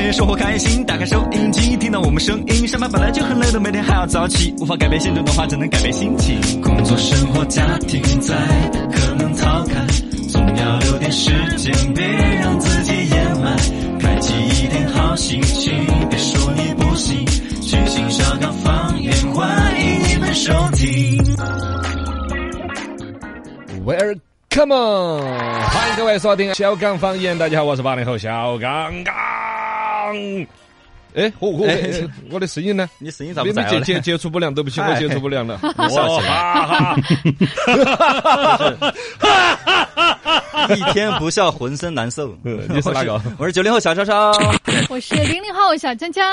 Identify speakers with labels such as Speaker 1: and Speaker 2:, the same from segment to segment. Speaker 1: 天生活开心，打开收音机，听到我们声音。上班本来就很累的，每天还要早起，无法改变现状的话，只能改变心情。工作、生活、家庭在，可能逃开，总要留点时间，别让自己掩埋。开启一点好心情，别说你不行，全新小岗方言，欢迎你们收听。
Speaker 2: Welcome on！欢迎各位锁定小岗方言。大家好，我是八零后小刚刚。哎，我我
Speaker 1: 哎
Speaker 2: 我的声音呢？
Speaker 1: 你声音
Speaker 2: 你们接接接触不良，对不起，我
Speaker 1: 哎
Speaker 2: 接触 不良了。
Speaker 1: 啊
Speaker 2: 啊
Speaker 1: 我哈哈，一天不笑浑身难受。
Speaker 2: 嗯你是哪个
Speaker 1: 我是九零后小超超，
Speaker 3: 我是零零后小江江，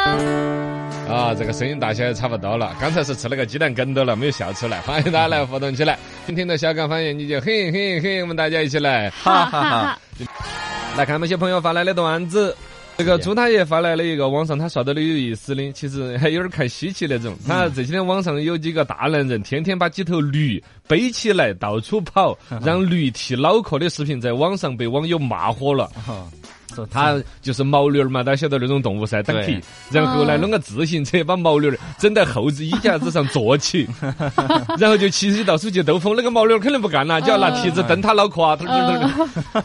Speaker 2: 啊，这个声音大小也差不多了。刚才是吃了个鸡蛋羹多了，没有笑出来。欢迎大家来互动起来。今天的小岗方言，你就嘿嘿嘿，我们大家一起来
Speaker 1: 哈哈哈。
Speaker 2: 来看那些朋友发来的段子。这个
Speaker 1: 呀
Speaker 2: 朱大爷发来了一个网上他刷到的有意思的，其实还有点看稀奇那种。他这几天网上有几个大男人天天把几头驴背起来到处跑，让驴剃脑壳的视频在网上被网友骂火了。他就是毛驴儿嘛，大家晓得那种动物噻，当
Speaker 1: 对
Speaker 2: 皮，然后呢弄个自行车把毛驴儿整在后子衣架子上坐起，然后就骑起到处去兜风。那个毛驴儿肯定不干了，就要拿蹄子蹬他脑壳啊，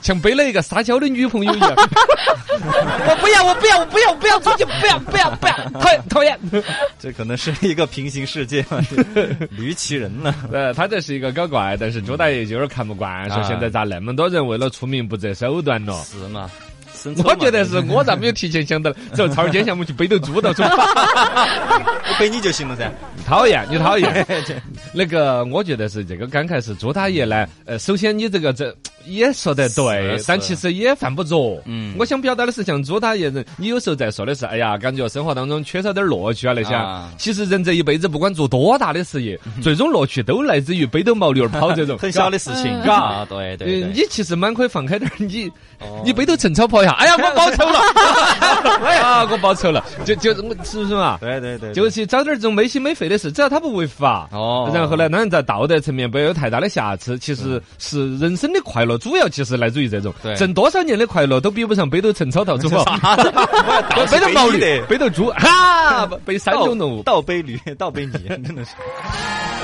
Speaker 2: 像背了一个撒娇的女朋友一样。
Speaker 4: 我不要，我不要，我不要，我不要出去，不要，不要，不要，讨厌，讨厌。
Speaker 1: 这可能是一个平行世界 嘛，驴骑人了。
Speaker 2: 呃，他这是一个搞怪，但是朱大爷有点看不惯，说
Speaker 1: 啊
Speaker 2: 现在咋那么多人为了出名不择手段咯？
Speaker 1: 是嘛？
Speaker 2: 我觉得是我咋没有提前想到？走，超儿今天我们去背头猪到处跑。
Speaker 1: 背你就行了噻。
Speaker 2: 讨厌，你讨厌。那个，我觉得是这个感慨是朱大爷呢。呃，首先你这个这也说得对
Speaker 1: 是，
Speaker 2: 但
Speaker 1: 是
Speaker 2: 其实也犯不着。
Speaker 1: 嗯
Speaker 2: 我想表达的是，像朱大爷人，你有时候在说的是，哎呀，感觉生活当中缺少点乐趣啊那些
Speaker 1: 啊。嗯
Speaker 2: 其实人这一辈子，不管做多大的事业，最终乐趣都来自于背兜毛驴儿跑这 种
Speaker 1: 很小的事情，
Speaker 2: 嘎
Speaker 1: 啊，对对哦
Speaker 2: 嗯
Speaker 1: 对，
Speaker 2: 你其实蛮可以放开点儿， 你你背头陈超跑一下， 哎呀，我报仇了，啊，我报仇了，就就我是不是嘛？
Speaker 1: 对对对，
Speaker 2: 就是找点儿这种没心没肺的事，只要他不违法。
Speaker 1: 哦嗯
Speaker 2: 然后呢，当然在道德层面不要有太大的瑕疵。其实是人生的快乐，主要其实来自于这种
Speaker 1: 对。
Speaker 2: 挣多少年的快乐都比不上背头陈超到处 跑，背头毛
Speaker 1: 驴
Speaker 2: 驴，
Speaker 1: 的，
Speaker 2: 背头猪， 哈，背三
Speaker 1: 倒
Speaker 2: 种动物。
Speaker 1: 倒背驴，倒背 你，真的是。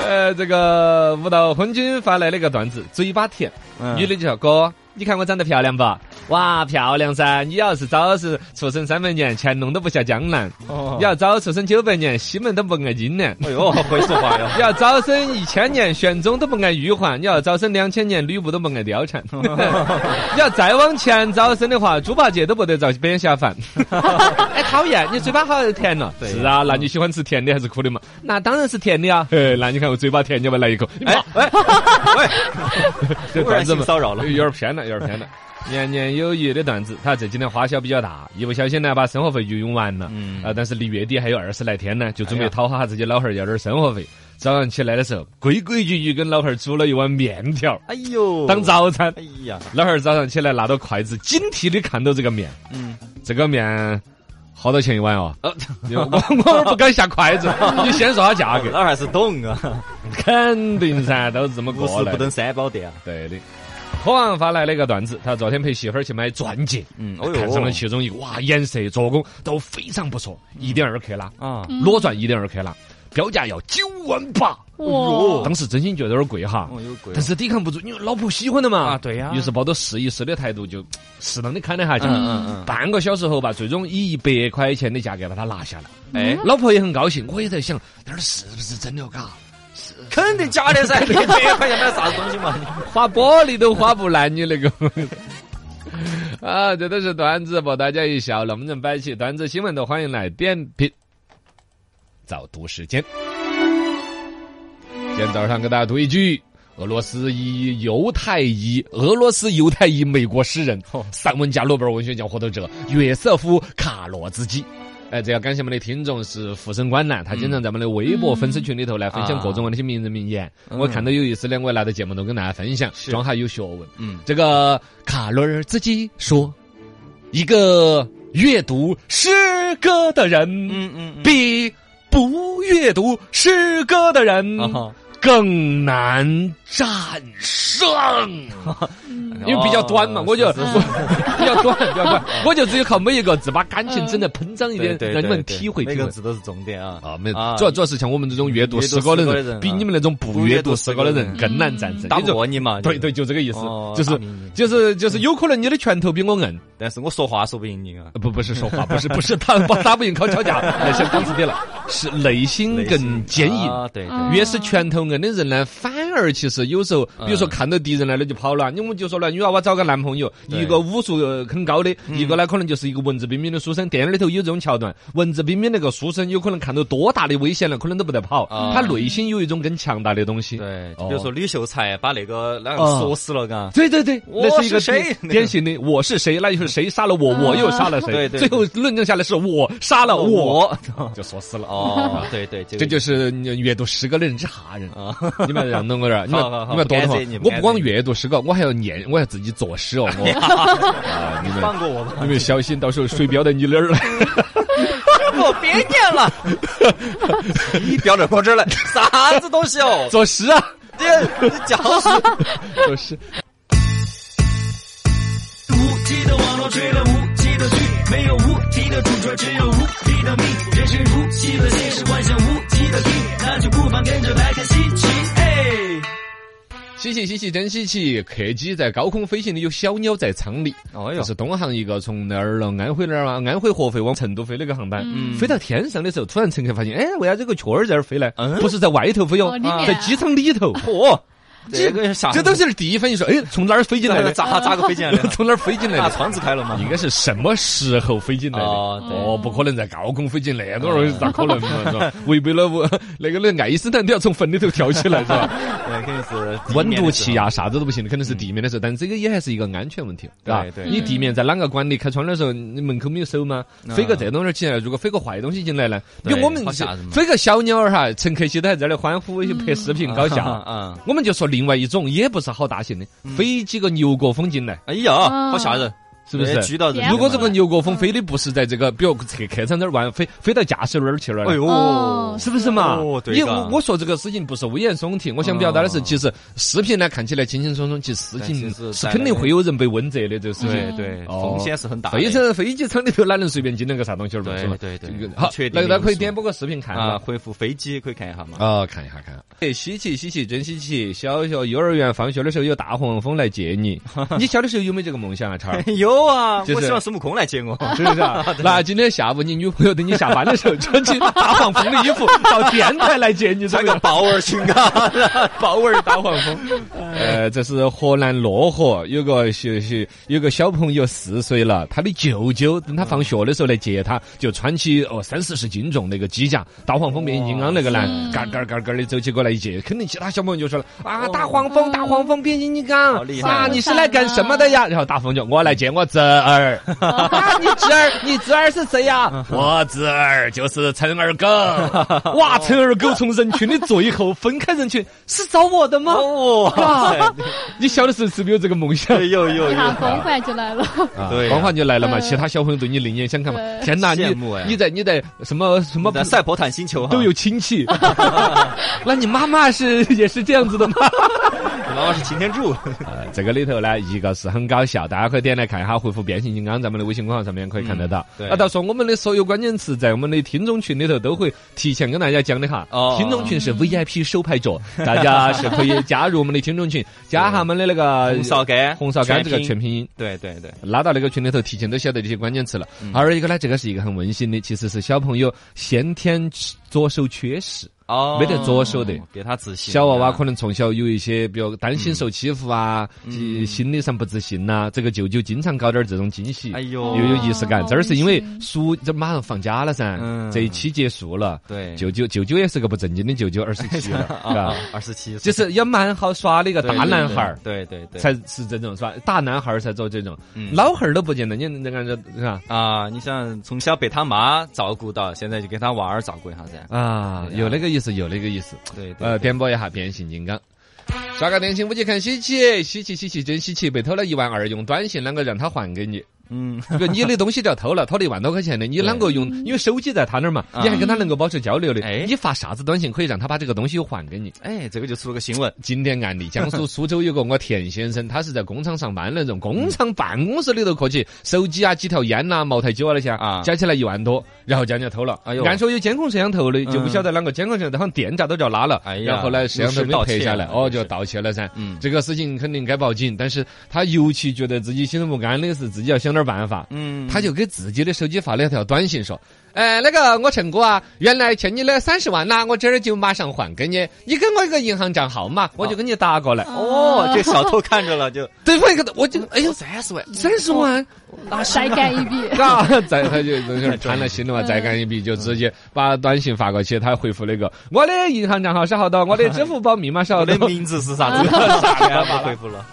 Speaker 2: 呃，这个舞蹈昏君发来了一个段子，嘴巴甜，
Speaker 1: 嗯
Speaker 2: 女的就说哥。你看我长得漂亮吧？哇，漂亮噻！你要是早是出生三百年，乾隆都不下江南；
Speaker 1: 哦
Speaker 2: 你要早出生九百年，西门都不挨金南。
Speaker 1: 哎呦，会说话哟。
Speaker 2: 你 要早生一千年，玄宗都不爱玉环；你要早生两千年，吕布都不爱貂 蝉。你要再往前早生的话，猪八戒都不得遭贬下 凡。哎，讨厌，你嘴巴好甜了。
Speaker 1: 对
Speaker 2: 是啊，那你喜欢吃甜的还是苦的嘛？那当然是甜的啊。嘿，那你看我嘴巴甜，你要不要来一口？哎，
Speaker 1: 喂
Speaker 2: 这
Speaker 1: 突然
Speaker 2: 段子
Speaker 1: 性
Speaker 2: 嘛，
Speaker 1: 骚扰了
Speaker 2: 有点偏了，有点偏 了。年年有余的段子，他这几天花销比较大，一不小心呢把生活费就用完了。
Speaker 1: 嗯
Speaker 2: 啊，但是离月底还有二十来天呢，就准
Speaker 1: 哎
Speaker 2: 备
Speaker 1: 呀
Speaker 2: 讨好下自己老汉儿要点儿生活费。早上起来的时候，规规矩矩跟老汉儿煮了一碗面条
Speaker 1: 哎呦，
Speaker 2: 当，早餐。
Speaker 1: 哎呀，
Speaker 2: 老汉儿早上起来拿到筷子，警惕的看到这个面，
Speaker 1: 嗯，
Speaker 2: 这个面好多钱一碗哦？因为 我我不敢下筷子， 你先说下价格，
Speaker 1: 老汉儿是懂啊，
Speaker 2: 肯定噻，都是这么
Speaker 1: 无
Speaker 2: 过
Speaker 1: 事不
Speaker 2: 来的。
Speaker 1: 登三宝殿啊。
Speaker 2: 对的。科王发来了一个段子，他昨天陪媳妇儿去买钻戒，
Speaker 1: 嗯，哎
Speaker 2: 看上了
Speaker 1: 呦，
Speaker 2: 其中一个，哇，颜色、做工都非常不错，一点二克拉，
Speaker 1: 啊，
Speaker 2: 裸钻一点二克拉，标价要九万八，
Speaker 3: 哇，
Speaker 2: 当时真心觉得有点贵哈，
Speaker 1: 哦，有鬼
Speaker 2: 但。是抵抗不住，因为老婆喜欢的嘛，
Speaker 1: 啊对呀
Speaker 2: 于是抱着试一试的态度，就适当的砍了下价。
Speaker 1: 嗯嗯
Speaker 2: 半个小时后吧，最终以一百块钱的价格把它拿下了。
Speaker 1: 嗯，哎，
Speaker 2: 老婆也很高兴，我也在想，那儿是不是真的？嘎，
Speaker 1: 肯定假 的噻，你一百块钱买啥子东西嘛？你
Speaker 2: 花玻璃都花不烂，你那个。 啊，这都是段子，博大家一笑。能不能摆起段子新闻都欢迎来点评。早读时间，今天早上给大家读一句：俄罗斯裔犹太裔俄罗斯犹太裔美国诗人、散文家、诺贝尔文学奖获得者约瑟夫·卡洛兹基。哎，这要感谢我们的听众是福生官呢，他经常在我们的微博粉丝群里头来分享各种我的一些名人名言，我看到有意思的，我拿到节目中跟大家分享，
Speaker 1: 嗯是
Speaker 2: 装下有学问。
Speaker 1: 嗯，
Speaker 2: 这个卡洛尔自己说，一个阅读诗歌的人，
Speaker 1: 嗯嗯嗯
Speaker 2: 比不阅读诗歌的人
Speaker 1: 啊哈，
Speaker 2: 更难战胜，
Speaker 1: 哦
Speaker 2: 因为比较短嘛，我就 比较短，比较 短，我就只有靠每一个字把感情整得膨胀一点，
Speaker 1: 哦对对
Speaker 2: 让你
Speaker 1: 对
Speaker 2: 们
Speaker 1: 对
Speaker 2: 体会
Speaker 1: 每
Speaker 2: 体
Speaker 1: 个
Speaker 2: 会。
Speaker 1: 字都是重点啊。
Speaker 2: 啊，没
Speaker 1: 啊
Speaker 2: 有，主要主要是像我们这种阅读
Speaker 1: 阅读
Speaker 2: 思考的
Speaker 1: 思考的
Speaker 2: 人
Speaker 1: 人，
Speaker 2: 比
Speaker 1: 啊
Speaker 2: 你们那种不
Speaker 1: 不
Speaker 2: 阅
Speaker 1: 阅
Speaker 2: 读
Speaker 1: 读
Speaker 2: 思
Speaker 1: 思
Speaker 2: 考
Speaker 1: 考
Speaker 2: 的
Speaker 1: 的
Speaker 2: 人
Speaker 1: 人嗯
Speaker 2: 更难战胜。
Speaker 1: 打
Speaker 2: 你就
Speaker 1: 不过你嘛，
Speaker 2: 对对，，就这个意思
Speaker 1: 哦，
Speaker 2: 就是
Speaker 1: 打不赢你嗯
Speaker 2: 就是就是有可能你的拳头比我硬，
Speaker 1: 但是我说话说不赢你啊。
Speaker 2: 呃不不是说话，不是不是打不打不赢靠敲架， 那想当时的了，是内心
Speaker 1: 内心
Speaker 2: 更坚硬。
Speaker 1: 啊，对对，
Speaker 3: 啊
Speaker 2: 越是拳头硬的人呢，反而其实有时候，比如说
Speaker 1: 嗯
Speaker 2: 看到敌人来了就跑了。你我们就说了，女娃娃找个男朋友，
Speaker 1: 对嗯
Speaker 2: 一个武术呃很高的，一个呢可能就是一个文质彬彬的书生。电影里头有这种桥段，文质彬彬那个书生有可能看到多大的危险了，可能都不得跑
Speaker 1: 啊。
Speaker 2: 他内心有一种更强大的东西。
Speaker 1: 对，
Speaker 2: 哦
Speaker 1: 就比如说吕秀才把那个那
Speaker 2: 啊
Speaker 1: 个锁死了，嘎。
Speaker 2: 对对对，
Speaker 1: 我
Speaker 2: 那是一个
Speaker 1: 是谁啊
Speaker 2: 典典型的我是谁，那就是谁杀了我，我又杀了谁。
Speaker 1: 对对
Speaker 2: 最后论证下来是我杀了我， 就说死了。
Speaker 1: 哦，对对，这
Speaker 2: 这就是是你阅读诗歌的人是哈人。
Speaker 1: 啊，
Speaker 2: 你们让等我点儿，你们
Speaker 1: 好好好
Speaker 2: 你们多得
Speaker 1: 不
Speaker 2: 慌
Speaker 1: 干涉你。不干
Speaker 2: 我不
Speaker 1: 涉
Speaker 2: 光
Speaker 1: 你
Speaker 2: 阅读诗歌，我还要念，我还要自己作诗哦。 我啊，你 们
Speaker 1: 放过我 吧，
Speaker 2: 你们小心，到时候水飙到你那 儿来。
Speaker 4: 我别念了，
Speaker 1: 你标准过这儿来，啥子东西 哦？
Speaker 2: 作诗啊，
Speaker 1: 这你讲 是
Speaker 2: 作诗。
Speaker 1: 无极的网络追了无极的剧，没有无敌的主角，只有无敌的命。人生如戏的现实，幻想无极的剧，那就不妨跟着来看稀奇。哎，
Speaker 2: 稀奇稀奇，真稀奇！客机在高空飞行的有小鸟在舱里，
Speaker 1: 哦
Speaker 2: 这
Speaker 1: 哟，
Speaker 2: 是东航一个从哪儿了？安徽那儿啊，安徽合肥往成都飞那个航班，飞到天上的时候，突然乘客发现，哎，为啥这个雀儿在这儿飞呢？
Speaker 1: 嗯
Speaker 2: 不是在外头飞哦
Speaker 3: 哦里，面
Speaker 2: 在机场里头。
Speaker 1: 嚯，这个啥？
Speaker 2: 这东西是第一反应说，哎，从哪儿飞进来的？
Speaker 1: 咋咋个飞 啊进来的？
Speaker 2: 从哪儿飞进来
Speaker 1: 把
Speaker 2: 的？
Speaker 1: 窗子开了吗？
Speaker 2: 应该是什么时候飞进来的？
Speaker 1: 哦对
Speaker 2: 哦，不可能在高空飞进啊
Speaker 1: 啊
Speaker 2: 那多容易，咋可能嘛？ 是吧？违背了我那个那个爱因斯坦都要从坟里头跳起来，是吧？
Speaker 1: 对，肯定是 地
Speaker 2: 温
Speaker 1: 面的
Speaker 2: 度
Speaker 1: 时
Speaker 2: 气
Speaker 1: 候
Speaker 2: 压啥子都不行的，肯定是地面的时候，但这个也还是一个安全问题，
Speaker 1: 对
Speaker 2: 吧？
Speaker 1: 对
Speaker 2: 你地面在啷个管理？开窗的时候，你门口没有手吗？飞个这东西儿进来，如果飞个坏东西进来呢？因
Speaker 1: 啊对
Speaker 2: 为我们
Speaker 1: 好吓人嘛
Speaker 2: 飞个小鸟儿哈，乘客些都还在那欢呼拍视频搞笑。
Speaker 1: 啊！嗯
Speaker 2: 我们就说另外一种，也不是好大型的，飞几个牛角风进来，
Speaker 1: 哎呀，
Speaker 3: 啊
Speaker 1: 好吓人，
Speaker 2: 是不是
Speaker 1: 这？狙到人了？
Speaker 2: 如果这个牛角风飞的不是在这个，比如客客舱这儿玩，飞飞到驾驶那儿去了，
Speaker 1: 哎呦
Speaker 3: 哦，
Speaker 2: 是不是嘛？
Speaker 1: 哦对
Speaker 2: 因为
Speaker 1: 嘎
Speaker 2: 我我说这个事情不是危言耸听，我想表达的是，
Speaker 1: 嗯
Speaker 2: 其实视频呢看起来轻轻松松，其实事
Speaker 1: 但
Speaker 2: 情
Speaker 1: 其实
Speaker 2: 是肯定会有人被问责的，这个事
Speaker 1: 对
Speaker 2: 情。
Speaker 1: 对，
Speaker 2: 哦
Speaker 1: 风险是很大的。
Speaker 2: 飞机飞机场里头哪能随便进那个啥东西儿嘛？
Speaker 1: 对
Speaker 2: 是吧？
Speaker 1: 对对
Speaker 2: 这个
Speaker 1: 不
Speaker 2: 好
Speaker 1: 确，定
Speaker 2: 那个
Speaker 1: 的
Speaker 2: 大家可以
Speaker 1: 因素
Speaker 2: 点播个视频看
Speaker 1: 啊，
Speaker 2: 啊。
Speaker 1: 回复飞机可以看一下嘛。
Speaker 2: 啊，看一下，看一下。哎，稀奇，稀奇，真稀奇！小学、幼儿园放学的时候有大黄蜂来接 你。你小的时候有没有这个梦想啊，超儿？
Speaker 1: 有啊，
Speaker 2: 就是
Speaker 1: 我希望孙悟空来接我。
Speaker 2: 是不是啊？那今天下午你女朋友等你下班的时候，穿起大黄蜂的衣服到电台来接你，这
Speaker 1: 穿个豹纹裙 啊，
Speaker 2: 豹纹大黄蜂。呃，这是河南漯河有个小小有个小朋友四岁了，他的舅舅等他放学的时候来接他，就穿起哦三四十斤重那个机甲大黄蜂变形金刚那个男，嘎嘎嘎嘎的走起过来一接，肯定其他小朋友就说了啊，大黄蜂大黄蜂变形金刚，
Speaker 1: 好厉害
Speaker 2: 啊，你是来干什么的呀？然后大黄蜂就我来接我侄儿，啊，你侄儿你侄儿是谁呀？ 我侄儿就是陈二狗， 哇，陈二狗从人群的最后分开人群，是找我的吗？
Speaker 1: 哦，
Speaker 2: 你小的时候是不是有这个梦想？
Speaker 1: 对，有有
Speaker 3: 一
Speaker 1: 有
Speaker 3: 下，光环就来了，
Speaker 2: 啊
Speaker 1: 对呀
Speaker 2: 光环就来了嘛，
Speaker 3: 嗯
Speaker 2: 其他小朋友对你另眼相看嘛。
Speaker 3: 对
Speaker 2: 天哪，你
Speaker 1: 羡慕哎
Speaker 2: 你在你在什么什么
Speaker 1: 在赛博坦星球哈啊
Speaker 2: 都有，亲 戚，那你妈妈是也是这样子的吗？
Speaker 1: 你妈妈是擎天 柱，
Speaker 2: 呃这个里头呢，一个是很搞笑，大家可以点来看一下，回复“变形金刚”咱们的微信公号上面可以看得到。
Speaker 1: 嗯对
Speaker 2: 啊，到时候我们的所有关键词在我们的听众群里头都会提前跟大家讲的哈。
Speaker 1: 哦
Speaker 2: 听众群是 VIP 手牌 桌，大家是可以加入我们的听众群，加下我们的那个
Speaker 1: 红烧干，
Speaker 2: 红烧干这个
Speaker 1: 全
Speaker 2: 全
Speaker 1: 拼，
Speaker 2: 拼音。
Speaker 1: 对对对，
Speaker 2: 拉到那个群里头，提前都晓得这些关键词了。
Speaker 1: 嗯
Speaker 2: 还有一个呢，这个是一个很温馨的，其实是小朋友先天左手缺失，
Speaker 1: 哦
Speaker 2: 没得左手的，
Speaker 1: 给他自信。
Speaker 2: 小娃娃可能从小有一些，比如担心受欺负啊，
Speaker 1: 嗯
Speaker 2: 呃心理上不自信呐。这个舅舅经常搞点这种惊喜
Speaker 1: 哎，
Speaker 2: 又
Speaker 1: 呦，
Speaker 2: 有仪式感。
Speaker 3: 哦
Speaker 2: 这儿是因为
Speaker 3: 温馨
Speaker 2: 暑，这马上放假了噻
Speaker 1: 嗯，
Speaker 2: 这一期结束了。
Speaker 1: 对，
Speaker 2: 舅舅舅舅也是个不正经的舅舅，二十七了，是吧
Speaker 1: 啊？，二十七，
Speaker 2: 就是也蛮好耍的一个
Speaker 1: 对
Speaker 2: 大男孩儿。
Speaker 1: 对对对，
Speaker 2: 才是这种是吧？大男孩儿才做这种，
Speaker 1: 嗯
Speaker 2: 老汉儿都不见得。你那个是吧？
Speaker 1: 啊，你想从小被他妈照顾到，现在就给他娃儿照顾一下噻。
Speaker 2: 啊，
Speaker 1: 哎对呀
Speaker 2: 有那个意思，有那个意思。
Speaker 1: 对对，
Speaker 2: 呃，点播一下变形金刚。 刷个电信五级看稀奇，稀奇稀奇真稀奇，被偷了一万二，用短信啷个让他还给你？
Speaker 1: 嗯，
Speaker 2: 比如你的东西就要偷了，偷了一万多块钱的，你啷个用？因为手机在他那儿嘛，你还跟他能够保持交流的
Speaker 1: 嗯哎，
Speaker 2: 你发啥子短信可以让他把这个东西还给你？
Speaker 1: 哎，这个就出了个新闻，
Speaker 2: 经典案例，江 苏苏州有个我田先生，他是在工厂上班那种，工厂办公室里头过去，手机啊、几条烟呐、茅台酒啊那些
Speaker 1: 啊
Speaker 2: 加起来一万多，然后叫人家偷了。
Speaker 1: 哎呦
Speaker 2: 按说有监控摄像头的，就不
Speaker 1: 嗯
Speaker 2: 晓得啷个监控摄像头，好像店闸都叫拉了。
Speaker 1: 哎呀
Speaker 2: 然后呢，摄像头
Speaker 1: 入室盗
Speaker 2: 没拍
Speaker 1: 窃
Speaker 2: 下
Speaker 1: 了
Speaker 2: 来，哦，
Speaker 1: 这
Speaker 2: 就是盗窃了噻。
Speaker 1: 嗯
Speaker 2: 这个事情肯定该报警，但是他尤其觉得自己心生不安的是，自己要想点办法。
Speaker 1: 嗯，
Speaker 2: 他就给自己的手机发了一条短信说：“哎，那个我陈哥啊，原来欠你的三十万呐，我这儿就马上还给你，你给我一个银行账号嘛，我就给你打过来。
Speaker 1: 哦，这小偷看着了 就
Speaker 2: 对方一个我就哎呦
Speaker 1: 三十万，
Speaker 2: 三十
Speaker 1: 哦
Speaker 2: 万，
Speaker 3: 再干一笔。
Speaker 2: 嘎，再他就就是贪了心了嘛，再干一笔就直接把短信发过去，他回复了 一个我的银行账号是好多，我的支付宝密码是好
Speaker 1: 我的
Speaker 2: 多。
Speaker 1: 名字是 啥子？啊啥也不回复了。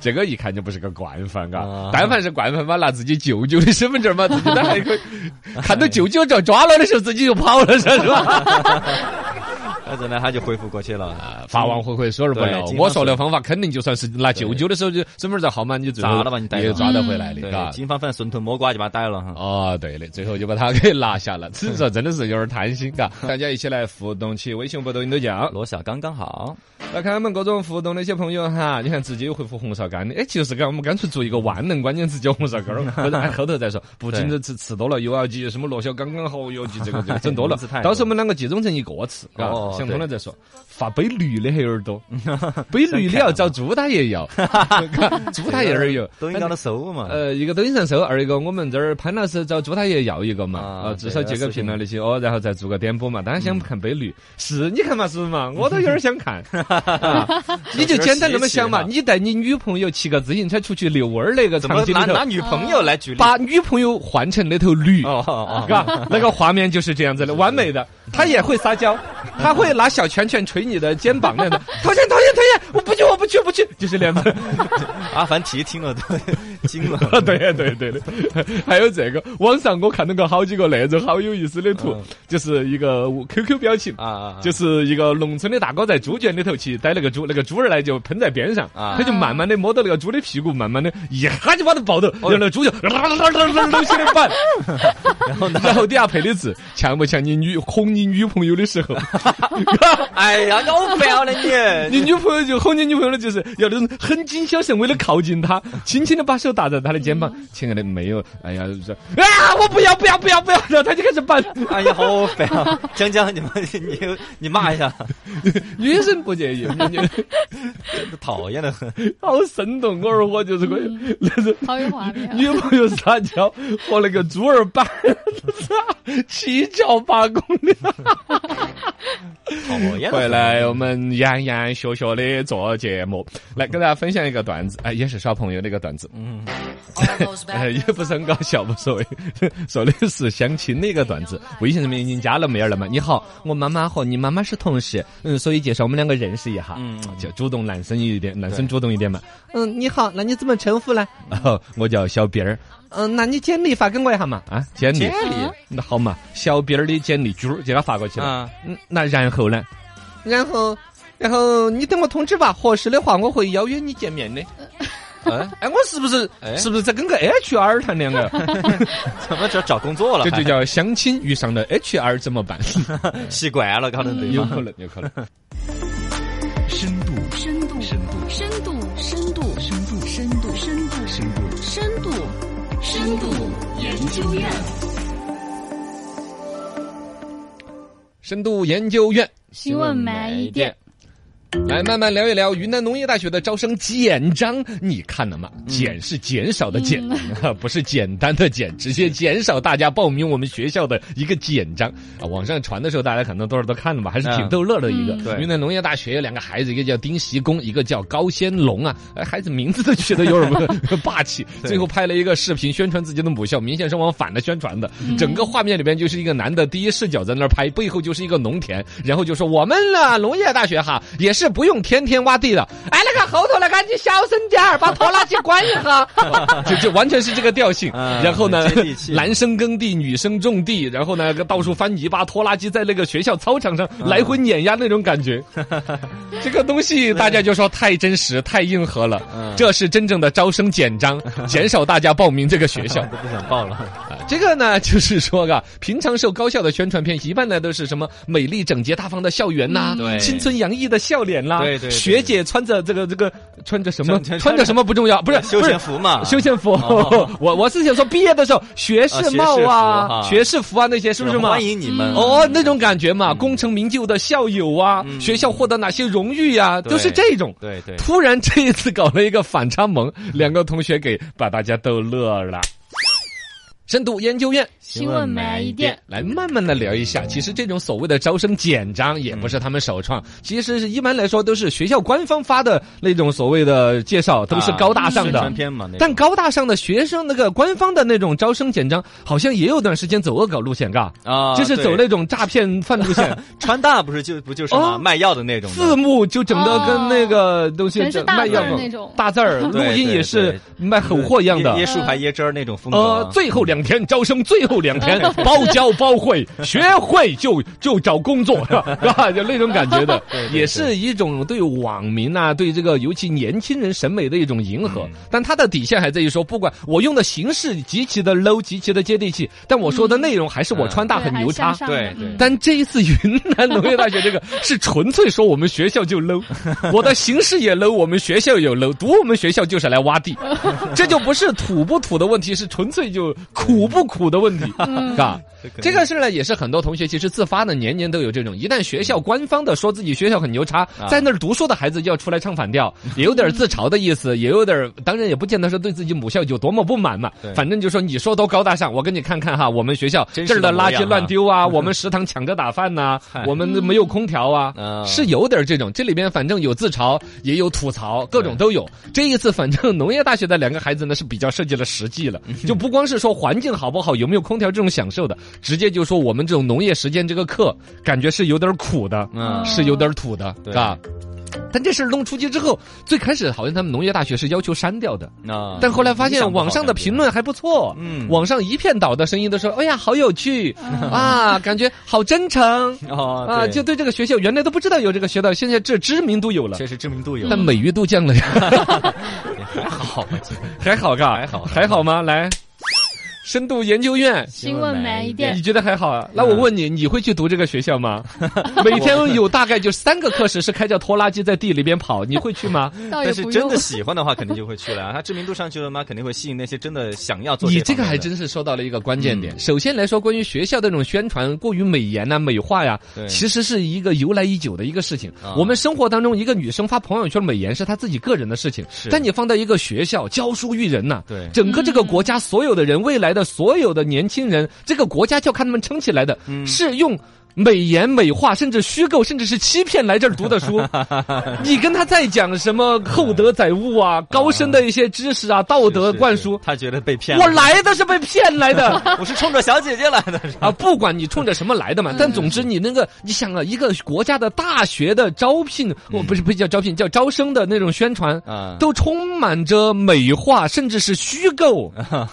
Speaker 2: 这个一看就不是个惯犯
Speaker 1: 啊
Speaker 2: 啊！但凡是惯犯嘛，拿自己舅舅的身份证嘛，自己那还可以， 看到舅舅遭抓了的时候，自己就跑了，是吧？
Speaker 1: 反正呢，他就回复过去了。
Speaker 2: 啊法网恢恢，疏而不
Speaker 1: 对
Speaker 2: 漏
Speaker 1: 经。常
Speaker 2: 我
Speaker 1: 是
Speaker 2: 说的方法肯定就算是拿舅舅的手机身份证号码，你最后
Speaker 1: 咋了吧你逮
Speaker 2: 也
Speaker 1: 到
Speaker 2: 抓得回来的，
Speaker 1: 对
Speaker 2: 嘎，。
Speaker 1: 警方反正顺藤摸瓜就把他逮了哈。
Speaker 2: 哦，对的，最后就把他给拿下了。只是说真的是有点贪心，嘎。大家一起来互动起，微信、微博、抖音都讲。
Speaker 1: 落下刚刚好，
Speaker 2: 来看我们各种互动的一些朋友哈，你看直接有回复红烧干的，哎，其实干我们干脆做一个万能关键词叫红烧 干儿，或者哎后头再说。不仅是吃吃多了，又要记什么罗小刚刚好，又要记这个这个整多了
Speaker 1: 名字 太。多
Speaker 2: 到时候我们两个集中成一个吃，嘎
Speaker 1: 哦，
Speaker 2: 想通了再说。发杯绿的还有 点多，杯绿的要找朱大爷要， 嘎朱大爷那 儿有。
Speaker 1: 抖音高头搜嘛。
Speaker 2: 呃，一个抖音上搜，二一个我们这儿潘老师找朱大爷要一个嘛，
Speaker 1: 啊
Speaker 2: 啊，至少
Speaker 1: 对
Speaker 2: 截
Speaker 1: 要嗯
Speaker 2: 个
Speaker 1: 私信
Speaker 2: 屏了那些哦，然后再做个点播嘛。当然想看杯绿，是你看嘛，是不是嘛？我都有点想看，啊你就简单那么想嘛，
Speaker 1: 有点
Speaker 2: 你带你女朋友骑个自行车出去遛弯儿那个
Speaker 1: 怎么
Speaker 2: 场景
Speaker 1: 拿
Speaker 2: 里头
Speaker 1: 拿，女朋友来举例？
Speaker 2: 把女朋友换成那头驴，啊
Speaker 1: 哦哦
Speaker 2: 嘎，那个画面就是这样子的，完美的。他也会撒娇，他会拿小拳拳捶你的肩膀那样的，讨厌讨厌讨厌，我不去我不去我不去，就是那样子。
Speaker 1: 哦，阿凡提听了都 惊了。
Speaker 2: 啊，对呀，对对对， 还有这个，网上我看到过好几个那种好有意思的图
Speaker 1: 嗯，
Speaker 2: 就是一个 QQ 表情。
Speaker 1: 啊，
Speaker 2: 就是是一个农村的大哥在猪圈里头去逮那个猪，那个猪儿呢就喷在边上，
Speaker 1: 啊
Speaker 2: 他就慢慢的摸到那个猪的屁股，慢慢的一哈就把它抱到，
Speaker 1: 哦
Speaker 2: 然后那个猪就 搂起来 板，
Speaker 1: 然后呢？
Speaker 2: 然后底下配的字像不像你女哄你女朋友 的时候，
Speaker 1: 哎呀，我不要了你！
Speaker 2: 你女朋友就哄你女朋友的就是要那种很谨小慎微的靠近她，轻轻的把手搭在她的肩膀，亲爱的没有，哎呀，说啊，我不要不要不要不要，然后她就开始搬。
Speaker 1: 哎呀，好烦啊！江江，你们你你骂一下，
Speaker 2: 女生不介意，女女
Speaker 1: 讨厌的很。
Speaker 2: 好生动，偶尔我就是可以
Speaker 1: 嗯
Speaker 2: 那种。
Speaker 3: 好有 画面啊。
Speaker 2: 女朋友撒娇和那个猪儿板， 七窍八公的。
Speaker 1: 讨厌
Speaker 2: 回来， 我们洋洋学学的做节 目，来跟大家分享一个段子，哎，也是耍朋友的一个段子，嗯，哎， 也不是很搞笑，无所谓， 说的是相亲的一个段子。微信上面已经加了妹儿了嘛？你好，我妈妈和你妈妈是同事，嗯，所以介绍我们两个认识一下，
Speaker 1: 嗯
Speaker 2: 嗯，就主动男生一点，男生主动一点嘛。嗯，你好，那你怎么称呼呢？哦，我叫小兵儿。嗯，那你简历发给我一下嘛？啊，简历
Speaker 1: 简，历
Speaker 2: 那好嘛，小兵儿的简历猪儿就给他发过去了。
Speaker 1: 啊，
Speaker 2: 嗯，那然后呢？然后，然后你等我通知吧，合适的话我会邀约你见面 的。
Speaker 1: 哎，
Speaker 2: 哎，我是不是、
Speaker 1: 哎
Speaker 2: 是不是在跟个 HR 谈恋 爱？
Speaker 1: 怎么这找工作了？
Speaker 2: 这就
Speaker 1: 还
Speaker 2: 叫相亲遇上了 HR 怎么办？
Speaker 1: 习惯了，搞得对
Speaker 2: 有
Speaker 1: 方。
Speaker 2: 可能，有可能。
Speaker 5: 深度，深度，深度，深度，深度，深度，深度，深度，深度，深度，深度研究院。
Speaker 2: 深度研究院
Speaker 3: 新闻慢一 点，
Speaker 2: 来慢慢聊一聊云南农业大学的招生简章，你看了吗？
Speaker 3: 嗯
Speaker 2: 减是减少的减， 不是简单的减，直接减少大家报名我们学校的一个简章啊。网上传的时候，大家可能多少都看了吧，还是挺逗乐的一个
Speaker 3: 嗯。
Speaker 1: 对
Speaker 2: 云南农业大学有两个孩子，一个叫丁习公，一个叫高先龙啊。哎，孩子名字都取得有点 霸气，
Speaker 1: 对
Speaker 2: 最后拍了一个视频宣传自己的母校，明显是往反的宣传的。
Speaker 1: 嗯
Speaker 2: 整个画面里边就是一个男的第一视角在那儿拍，背后就是一个农田，然后就说我们呢农业大学哈也是。是不用天天挖地了，
Speaker 4: 哎，那个后头那个，你小声点儿，把拖拉机关一 下。
Speaker 2: 就就完全是这个调性。
Speaker 1: 嗯
Speaker 2: 然后呢
Speaker 1: 接地，气
Speaker 2: 男生耕地，女生种地，然后呢，到处翻泥巴，拖拉机在那个学校操场上
Speaker 1: 嗯
Speaker 2: 来回碾压那种感 觉。这个东西大家就说太真实、太硬核了。
Speaker 1: 嗯
Speaker 2: 这是真正的招生简 章，减少大家报名这个学校。
Speaker 1: 不想报了。
Speaker 2: 啊这个呢，就是说啊，平常受高校的宣传片，一般呢都是什么美丽、整洁、大方的校园啦，
Speaker 3: 嗯
Speaker 1: 对
Speaker 2: 青春洋溢的笑脸啦，
Speaker 1: 对对对
Speaker 2: 学姐穿着这个这个穿着什么
Speaker 1: 穿穿
Speaker 2: 穿着什么不重要，不是
Speaker 1: 休
Speaker 2: 不是
Speaker 1: 闲服嘛，
Speaker 2: 休闲服
Speaker 1: 啊哦，
Speaker 2: 我我是想说毕业的时候学士帽啊、
Speaker 1: 啊学
Speaker 2: 学士服啊那些是不是嘛
Speaker 1: 欢？迎你们
Speaker 3: 嗯
Speaker 2: 哦，那种感觉嘛，功成名就的校友啊，
Speaker 1: 嗯
Speaker 2: 学校获得哪些荣誉呀，
Speaker 1: 对
Speaker 2: 都是这种。
Speaker 1: 对对，
Speaker 2: 突然这一次搞了一个反差萌，两个同学给把大家逗乐了。深度研究院
Speaker 3: 新闻买一点，
Speaker 2: 来慢慢的聊一
Speaker 1: 嗯
Speaker 2: 下，其实这种所谓的招生简章也不是他们首创，其实是一般来说都是学校官方发的那种所谓的介绍，都是高大上
Speaker 1: 啊宣
Speaker 2: 的。
Speaker 1: 传片嘛，那
Speaker 2: 但高大上的学生那个官方的那种招生简章，好像也有段时间走恶搞路线，嘎，
Speaker 1: 啊，
Speaker 2: 就是走
Speaker 1: 对
Speaker 2: 那种诈骗犯路 线，
Speaker 1: 川大不是就不就是吗？
Speaker 2: 哦
Speaker 1: 卖药的那种的
Speaker 2: 字幕就整的跟那个东西
Speaker 3: 全是
Speaker 2: 整
Speaker 3: 大
Speaker 2: 卖
Speaker 3: 字
Speaker 2: 药
Speaker 3: 儿
Speaker 2: 嘛
Speaker 3: 那种。
Speaker 2: 大字儿，录
Speaker 1: 对
Speaker 2: 音
Speaker 1: 对
Speaker 2: 也是
Speaker 1: 对
Speaker 2: 卖狠货一样的
Speaker 1: 椰椰。树牌椰汁儿那种风格
Speaker 2: 呃，
Speaker 1: 啊。
Speaker 2: 最后两天招生，最后 两天包教包会，学会就就找 工作，是吧？ 就那种感觉的
Speaker 1: 对，对
Speaker 2: 也是一种对网民啊，对这个尤其年轻人审美的一种迎合
Speaker 1: 嗯。
Speaker 2: 但它的底线还在于说，不管我用的形式极其的 low，极其的接地气，但我说的内容还是我
Speaker 1: 嗯
Speaker 2: 穿搭
Speaker 3: 对
Speaker 2: 很
Speaker 3: 还
Speaker 2: 牛
Speaker 3: 向
Speaker 2: 叉。
Speaker 3: 上的
Speaker 1: 对对
Speaker 3: 嗯
Speaker 2: 但这一次云南农业大学这个是纯粹说我们学校就 low，我的形式也 low，我们学校也 low，读我们学校就是来挖地，这就不是土不土的问题，是纯粹就苦不苦的问题，是吧？这个事儿呢，也是很多同学其实自发的，年年都有这种。一旦学校官方的说自己学校很牛叉
Speaker 1: 啊，
Speaker 2: 在那儿读书的孩子就要出来唱 反调，也有点自嘲的意思，也有点儿，当然也不见得是对自己母校有多么不满嘛
Speaker 1: 对。
Speaker 2: 反正就说你说多高大上，我给你看看哈，我们学校
Speaker 1: 真
Speaker 2: 这
Speaker 1: 实
Speaker 2: 儿
Speaker 1: 的
Speaker 2: 的垃
Speaker 1: 模
Speaker 2: 圾
Speaker 1: 样
Speaker 2: 乱
Speaker 1: 啊
Speaker 2: 丢 啊，我们食堂抢着打饭呐、
Speaker 1: 嗨
Speaker 2: 我们没有空调 啊，
Speaker 1: 啊
Speaker 2: 是有点这种。这里边反正有自嘲，也有吐槽，各种都有。
Speaker 1: 嗯
Speaker 2: 这一次，反正农业大学的两个孩子呢是比较涉及了实际 了，就不光是说环境好不好，有没有空调这种享受的，直接就说我们这种农业实践这个课，感觉是有点苦的，
Speaker 1: 嗯
Speaker 2: 是有点土的，
Speaker 1: 对
Speaker 2: 吧？但这事儿弄出去之后，最开始好像他们农业大学是要求删掉的，
Speaker 1: 啊，
Speaker 2: 但后来发
Speaker 1: 影响
Speaker 2: 现
Speaker 1: 不好
Speaker 2: 网上的
Speaker 1: 感觉
Speaker 2: 评论还不错，
Speaker 1: 嗯
Speaker 2: 网上一片倒的声音都说：“哎呀，好有趣啊，感觉好真诚
Speaker 1: 哦
Speaker 2: 啊！”就对这个学校原来都不知道有这个学校，现在这知名度有了
Speaker 1: 确，实知名度有，
Speaker 2: 但美誉度降了呀，
Speaker 1: 也 还 好吧，其实
Speaker 2: 还好嘎，还
Speaker 1: 好
Speaker 2: 还好吗？来，深度研究院。
Speaker 3: 新闻买一点
Speaker 2: 你，觉得还好啊？那我问你，你会去读这个学校吗？每天有大概就三个课时是开着拖拉机在地里边跑，你会去吗？
Speaker 3: 倒也
Speaker 1: 但是
Speaker 3: 不
Speaker 1: 真
Speaker 3: 用
Speaker 1: 的。喜欢的话，肯定就会去了啊。他知名度上去了嘛，肯定会吸引那些真的嗯想要做。
Speaker 2: 你这个还，真是说到了一个关键点。首先来说，关于学校的这种宣传过于美颜呐、美化呀、
Speaker 1: 对
Speaker 2: 其实是一个由来已久的一个事情。
Speaker 1: 啊
Speaker 2: 我们生活当中，一个女生发朋友圈美颜是她自己个人的事情，
Speaker 1: 是
Speaker 2: 但你放到一个学校教书育人呐、
Speaker 1: 对
Speaker 2: 整个这个国家所有的人，未来的所有的年轻人，这个国家就看他们撑起来的，
Speaker 1: 嗯
Speaker 2: 是用。美颜、美化，甚至虚构，甚至是欺骗来这儿读 的书，你跟他再讲什么厚德载物啊、高深的一些知识啊、道德
Speaker 1: 是是
Speaker 2: 灌输，
Speaker 1: 他觉得被骗了。
Speaker 2: 我来的是被骗 来的
Speaker 1: 我是冲着小姐姐来的，
Speaker 2: 啊！不管你冲着什么来
Speaker 1: 嗯
Speaker 2: 的嘛，但总之你那个，你想啊，一个国家的大学的招聘，我不是不是叫招聘，叫招生的那种宣传，
Speaker 1: 嗯啊
Speaker 2: 都充满着美化，甚至是虚构。
Speaker 1: 嗯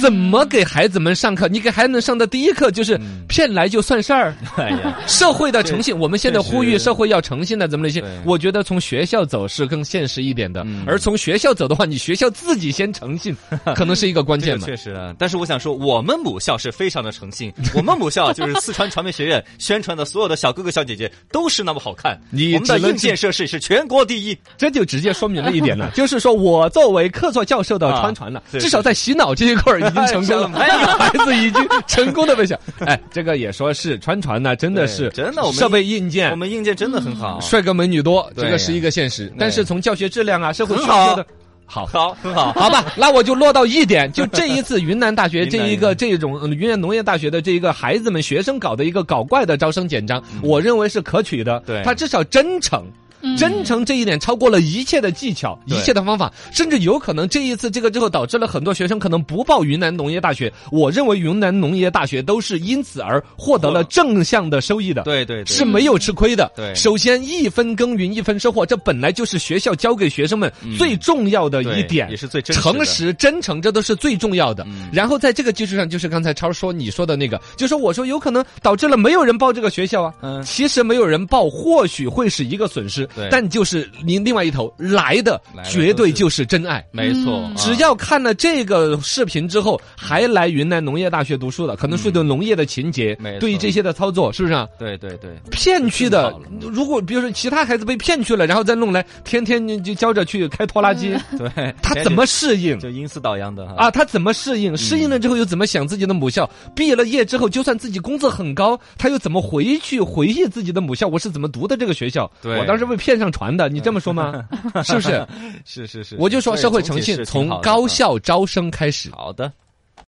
Speaker 2: 怎么给孩子们上课？你给孩子们上的第一课就是骗来就算事儿。
Speaker 1: 嗯 哎呀，
Speaker 2: 社会的诚信，我们现在呼吁
Speaker 1: 确实
Speaker 2: 社会要诚信的，怎么那些
Speaker 1: 对？嗯
Speaker 2: 我觉得从学校走是更现实一点的，而从学校走的话，你学校自己先 诚信，可能是一个关
Speaker 1: 这
Speaker 2: 键
Speaker 1: 个
Speaker 2: 嘛。
Speaker 1: 确实啊。但是我想说，我们母校是非常的诚信， 我们母校就是四川传媒学院宣传的所有的小哥哥小姐姐都是那么好看，
Speaker 2: 你
Speaker 1: 我们的
Speaker 2: 只能
Speaker 1: 硬件设施是全国第一。
Speaker 2: 这就直接说明了一点 了，就是说我作为客座教授的
Speaker 1: 啊
Speaker 2: 穿传了，
Speaker 1: 对
Speaker 2: 至少在洗脑这一块儿已经成 功了，
Speaker 1: 哎呀
Speaker 2: 孩子已经成功的被想。哎，这个也说是穿传呢，真的
Speaker 1: 对
Speaker 2: 是
Speaker 1: 真的我们
Speaker 2: 设备硬件
Speaker 1: 我。们硬件真的很好，
Speaker 2: 帅哥美女多，
Speaker 1: 对
Speaker 2: 这个是一个现实。但是从教学质量啊、社会
Speaker 1: 很
Speaker 2: 需求的，
Speaker 1: 好，好，很好。
Speaker 2: 好吧，那我就落到一 点，就这一次云南大学
Speaker 1: 云南
Speaker 2: 这一个这种嗯云南农业大学的这一个孩子们学生搞的一个搞怪的招生简章，我认为是可取的。
Speaker 1: 嗯对
Speaker 2: 他至少真诚。
Speaker 3: 嗯
Speaker 2: 真诚这一点超过了一切的技巧、一
Speaker 1: 对
Speaker 2: 切的方法，甚至有可能这一次这个之后导致了很多学生可能不报云南农业大学。我认为云南农业大学都是因此而获得了正向的收益的。
Speaker 1: 对对对
Speaker 2: 是没有吃亏的。
Speaker 1: 对
Speaker 2: 首先一分耕耘一分收获，这本来就是学校教给学生们最重要的一
Speaker 1: 嗯对
Speaker 2: 点，
Speaker 1: 也是最真实的嗯
Speaker 2: 诚实、真诚，这都是最重要的。然后在这个基础上，就是刚才超说你说的那个，就说我说有可能导致了没有人报这个学校啊，
Speaker 1: 嗯
Speaker 2: 其实没有人报或许会是一个损失
Speaker 1: 对，
Speaker 2: 但就是您另外一头来的
Speaker 1: 来的
Speaker 2: 绝对
Speaker 1: 都是
Speaker 2: 就是真爱。
Speaker 1: 没错，
Speaker 3: 嗯
Speaker 1: 啊
Speaker 2: 只要看了这个视频之后，还来云南农业大学读书的，可能是对农业的情节
Speaker 1: 嗯没，
Speaker 2: 对于
Speaker 1: 错
Speaker 2: 这些的操作，是不是啊？
Speaker 1: 对对对，
Speaker 2: 骗去的
Speaker 1: 就更，
Speaker 2: 如果比如说其他孩子被骗去了，然后再弄来，天天就就教着去开拖拉
Speaker 1: 嗯
Speaker 2: 机，
Speaker 1: 对，
Speaker 2: 他怎么适应
Speaker 1: 就因私倒央的哈
Speaker 2: 啊？他怎么适
Speaker 1: 嗯
Speaker 2: 应？适应了之后又怎么想自己的母校？毕了业之后，就算自己工资很高，他又怎么回去回忆自己的母校？我是怎么读的这个学校？
Speaker 1: 对
Speaker 2: 我当时被骗上船的，你这么 说吗？是不是？
Speaker 1: 是是是，
Speaker 2: 我就说
Speaker 1: 对
Speaker 2: 社会诚
Speaker 1: 总体
Speaker 2: 信
Speaker 1: 是挺
Speaker 2: 从
Speaker 1: 好的
Speaker 2: 高
Speaker 1: 啊
Speaker 2: 校招生开始。
Speaker 1: 好的，